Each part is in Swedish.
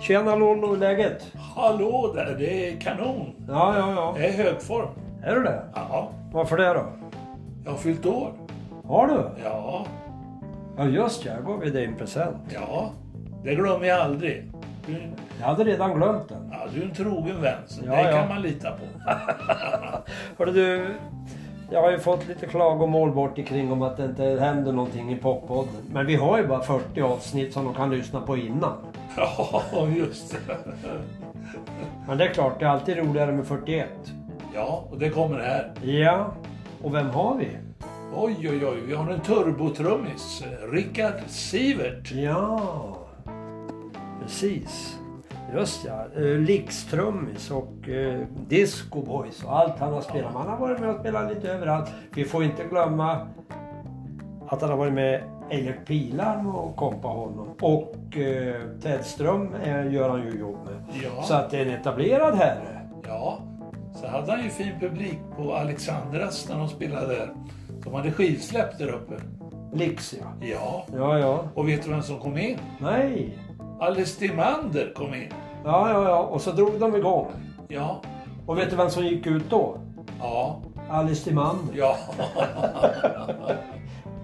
Tjena Lollo, läget? Hallå där, det är kanon. Ja, ja, ja. Det är högform. Är du det? Ja, Varför det då? jag har fyllt år. Har du? Ja, Ja just ja, jag gav ju dig en present. ja. Det glömmer jag aldrig. Du, Jag hade redan glömt den. ja, du är en trogen vän, så Ja, det ja. kan man lita på. Hörru du, jag har ju fått lite klagomål bort i kring om att det inte händer någonting i poppodden. Men vi har ju bara 40 avsnitt som de kan lyssna på innan. Ja, just det. Men det är klart, det är alltid roligare med 41. Ja, och det kommer här. Ja, och vem har vi? Oj, oj, oj. Vi har en turbotrummis. Rickard Sivert. Ja, precis. Just ja, Eh, Lix-trummis och eh, Disco Boys och allt han har spelat. Men Han har varit med och spelat lite överallt. Vi får inte glömma att han har varit med Eilert Pilarm och kompa honom. Och eh, Ted Ström eh, gör han ju jobb med. Så Ja, att det är en etablerad herre. ja. Så hade han ju fin publik på Alexandras när de spelade där. De hade skivsläpp där uppe. Lix ja. Ja. Ja, ja. Och vet du vem som kom in? Nej. Alice Timander kom in. Ja, ja, ja. Och så drog de igång. Ja, Och vet du vem som gick ut då? ja, Alice Timander. ja,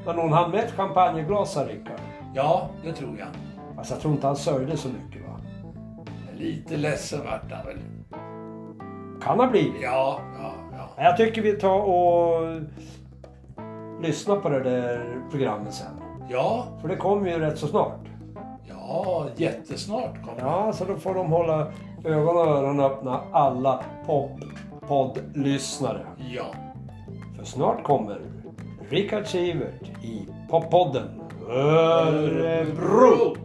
Men hon hann med ett champagneglas här, Rickard. ja, det tror jag. Alltså jag tror inte han sörjde så mycket va? Lite ledsen vart han väl. Kan ha blivit. Ja, ja, ja. Jag tycker vi tar och lyssnar på det där programmet sen. Ja, För det kommer ju rätt så snart. ja, jättesnart kommer han. Ja, så då får de hålla ögon och öron öppna alla poppoddlyssnare. Ja, För snart kommer Rickard Sivert i poppodden Örebro.